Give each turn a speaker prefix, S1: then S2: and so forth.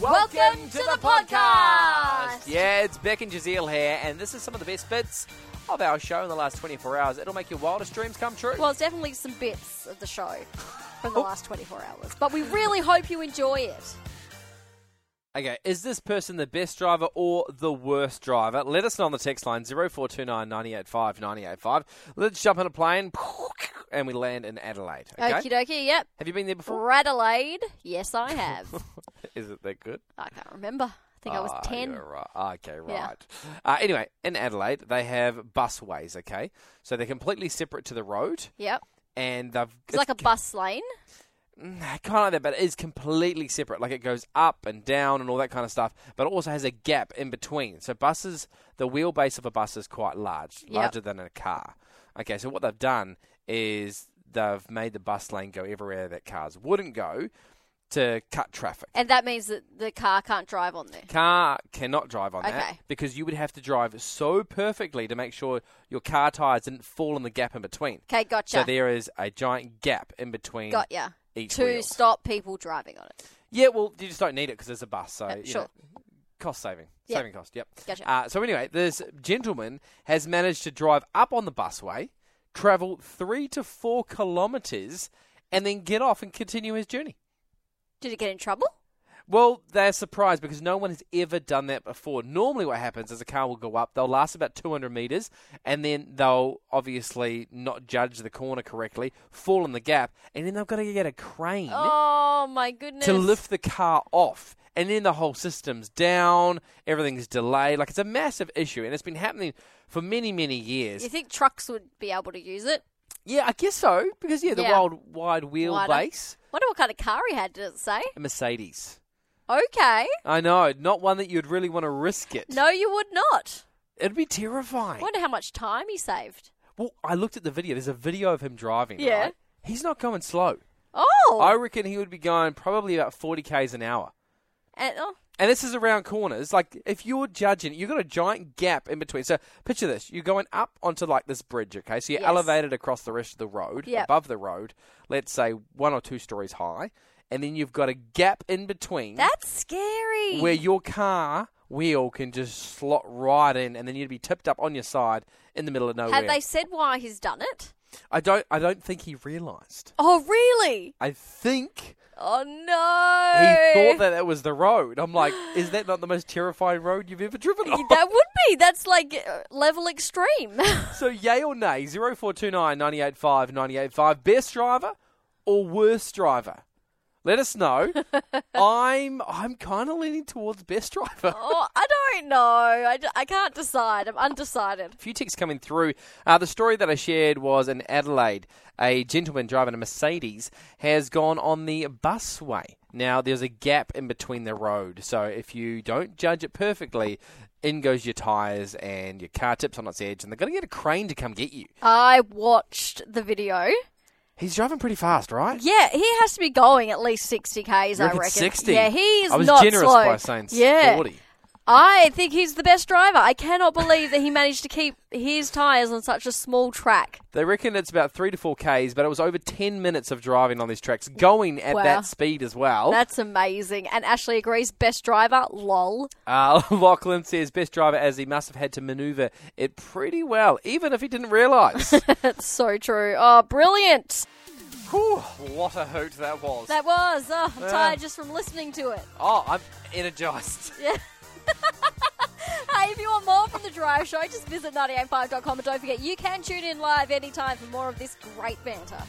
S1: Welcome to the podcast.
S2: Yeah, it's Beck and Jazeel here, and this is some of the best bits of our show in the last 24 hours. It'll make your wildest dreams come true.
S1: Well, it's definitely some bits of the show from the
S2: Oh.
S1: last 24 hours, but we really hope you enjoy it.
S2: Okay, is this person the best driver or the worst driver? Let us know on the text line 0429 985 985. Let's jump on a plane and we land in Adelaide. Okay?
S1: Okie dokie, yep.
S2: Have you been there before?
S1: Radelaide, yes, I have.
S2: Is it that good?
S1: I can't remember. I think I was
S2: Ah,
S1: 10.
S2: you're right. Okay,
S1: Yeah.
S2: right. Uh, anyway, in Adelaide, they have busways, okay? So they're completely separate to the road,
S1: Yep.
S2: and they've.
S1: It's like a bus lane.
S2: kind of like that, but it is completely separate. Like it goes up and down and all that kind of stuff, but it also has a gap in between. So buses, the wheelbase of a bus is quite large, larger than a car. Okay, so what they've done is they've made the bus lane go everywhere that cars wouldn't go to cut traffic.
S1: And that means that the car can't drive on there.
S2: Car cannot drive on that
S1: Okay.
S2: because you would have to drive so perfectly to make sure your car tires didn't fall in the gap in between.
S1: Okay,
S2: So
S1: gotcha.
S2: there is a giant gap in between.
S1: Got ya.
S2: each
S1: To
S2: wheel.
S1: stop people driving on it.
S2: Yeah, well, you just don't need it because there's a bus, so you
S1: sure.
S2: know, cost saving,
S1: Yeah.
S2: saving cost. Yep.
S1: Gotcha.
S2: Uh, so anyway, this gentleman has managed to drive up on the busway, travel three to four kilometres, and then get off and continue his journey.
S1: Did it get in trouble?
S2: Well, they're surprised because no one has ever done that before. Normally, what happens is a car will go up, they'll last about 200 metres, and then they'll obviously not judge the corner correctly, fall in the gap, and then they've got to get a crane
S1: Oh, my goodness.
S2: to lift the car off. And then the whole system's down, everything's delayed. Like, it's a massive issue, and it's been happening for many, many years.
S1: You think trucks would be able to use it?
S2: Yeah, I guess so, because, yeah, the
S1: Yeah.
S2: wild, wide wheelbase,
S1: Wonder what kind of car he had, did it say?
S2: a Mercedes.
S1: Okay.
S2: I know, not one that you'd really want to risk it.
S1: No, you would not.
S2: It'd be terrifying.
S1: Wonder how much time he saved.
S2: Well, I looked at the video. There's a video of him driving,
S1: Yeah.
S2: right? He's not going slow.
S1: Oh,
S2: I reckon he would be going probably about 40 k's an hour.
S1: and, oh
S2: And this is around corners. Like, if you're judging, you've got a giant gap in between. So, picture this you're going up onto like this bridge, okay? So, you're
S1: Yes.
S2: elevated across the rest of the road,
S1: Yep.
S2: above the road, let's say one or two stories high. And then you've got a gap in between
S1: that's scary.
S2: where your car wheel can just slot right in, and then you'd be tipped up on your side in the middle of nowhere.
S1: Have they said why he's done it?
S2: I, don't, I don't think he realised.
S1: Oh, really?
S2: I think
S1: Oh
S2: he
S1: no.
S2: thought that that was the road. I'm like, is that not the most terrifying road you've ever driven on?
S1: That would be. That's like uh, level extreme.
S2: so yay or nay, 0429 985 985, best driver or worst driver? Let us know. I'm I'm kind of leaning towards best driver.
S1: oh, I don't know. I, d- I can't decide. I'm undecided.
S2: few texts coming through. Uh, the story that I shared was in Adelaide. A gentleman driving a Mercedes has gone on the busway. Now, there's a gap in between the road, so if you don't judge it perfectly, in goes your tyres and your car tips on its edge, and they're going to get a crane to come get you.
S1: I watched the video.
S2: He's driving pretty fast, right?
S1: Yeah, he has to be going at least sixty k's.
S2: You
S1: I
S2: reckon
S1: reckon.
S2: 60?
S1: Yeah, he is
S2: I was
S1: not
S2: generous
S1: slow.
S2: by saying
S1: yeah.
S2: 40.
S1: I think he's the best driver. I cannot believe that he managed to keep his tyres on such a small track.
S2: They reckon it's about three to four Ks, but it was over 10 minutes of driving on these tracks, going at
S1: Wow.
S2: that speed as well.
S1: That's amazing. And Ashley agrees, best driver, lol.
S2: Uh, Lachlan says best driver as he must have had to manoeuvre it pretty well, even if he didn't realise.
S1: That's so true. Oh, brilliant.
S2: Whew, what a hoot that was!
S1: That was. Oh, I'm tired just from listening to it.
S2: oh, I'm energised.
S1: Hey, if you want more from The Drive Show, just visit 985.com and don't forget you can tune in live anytime for more of this great banter.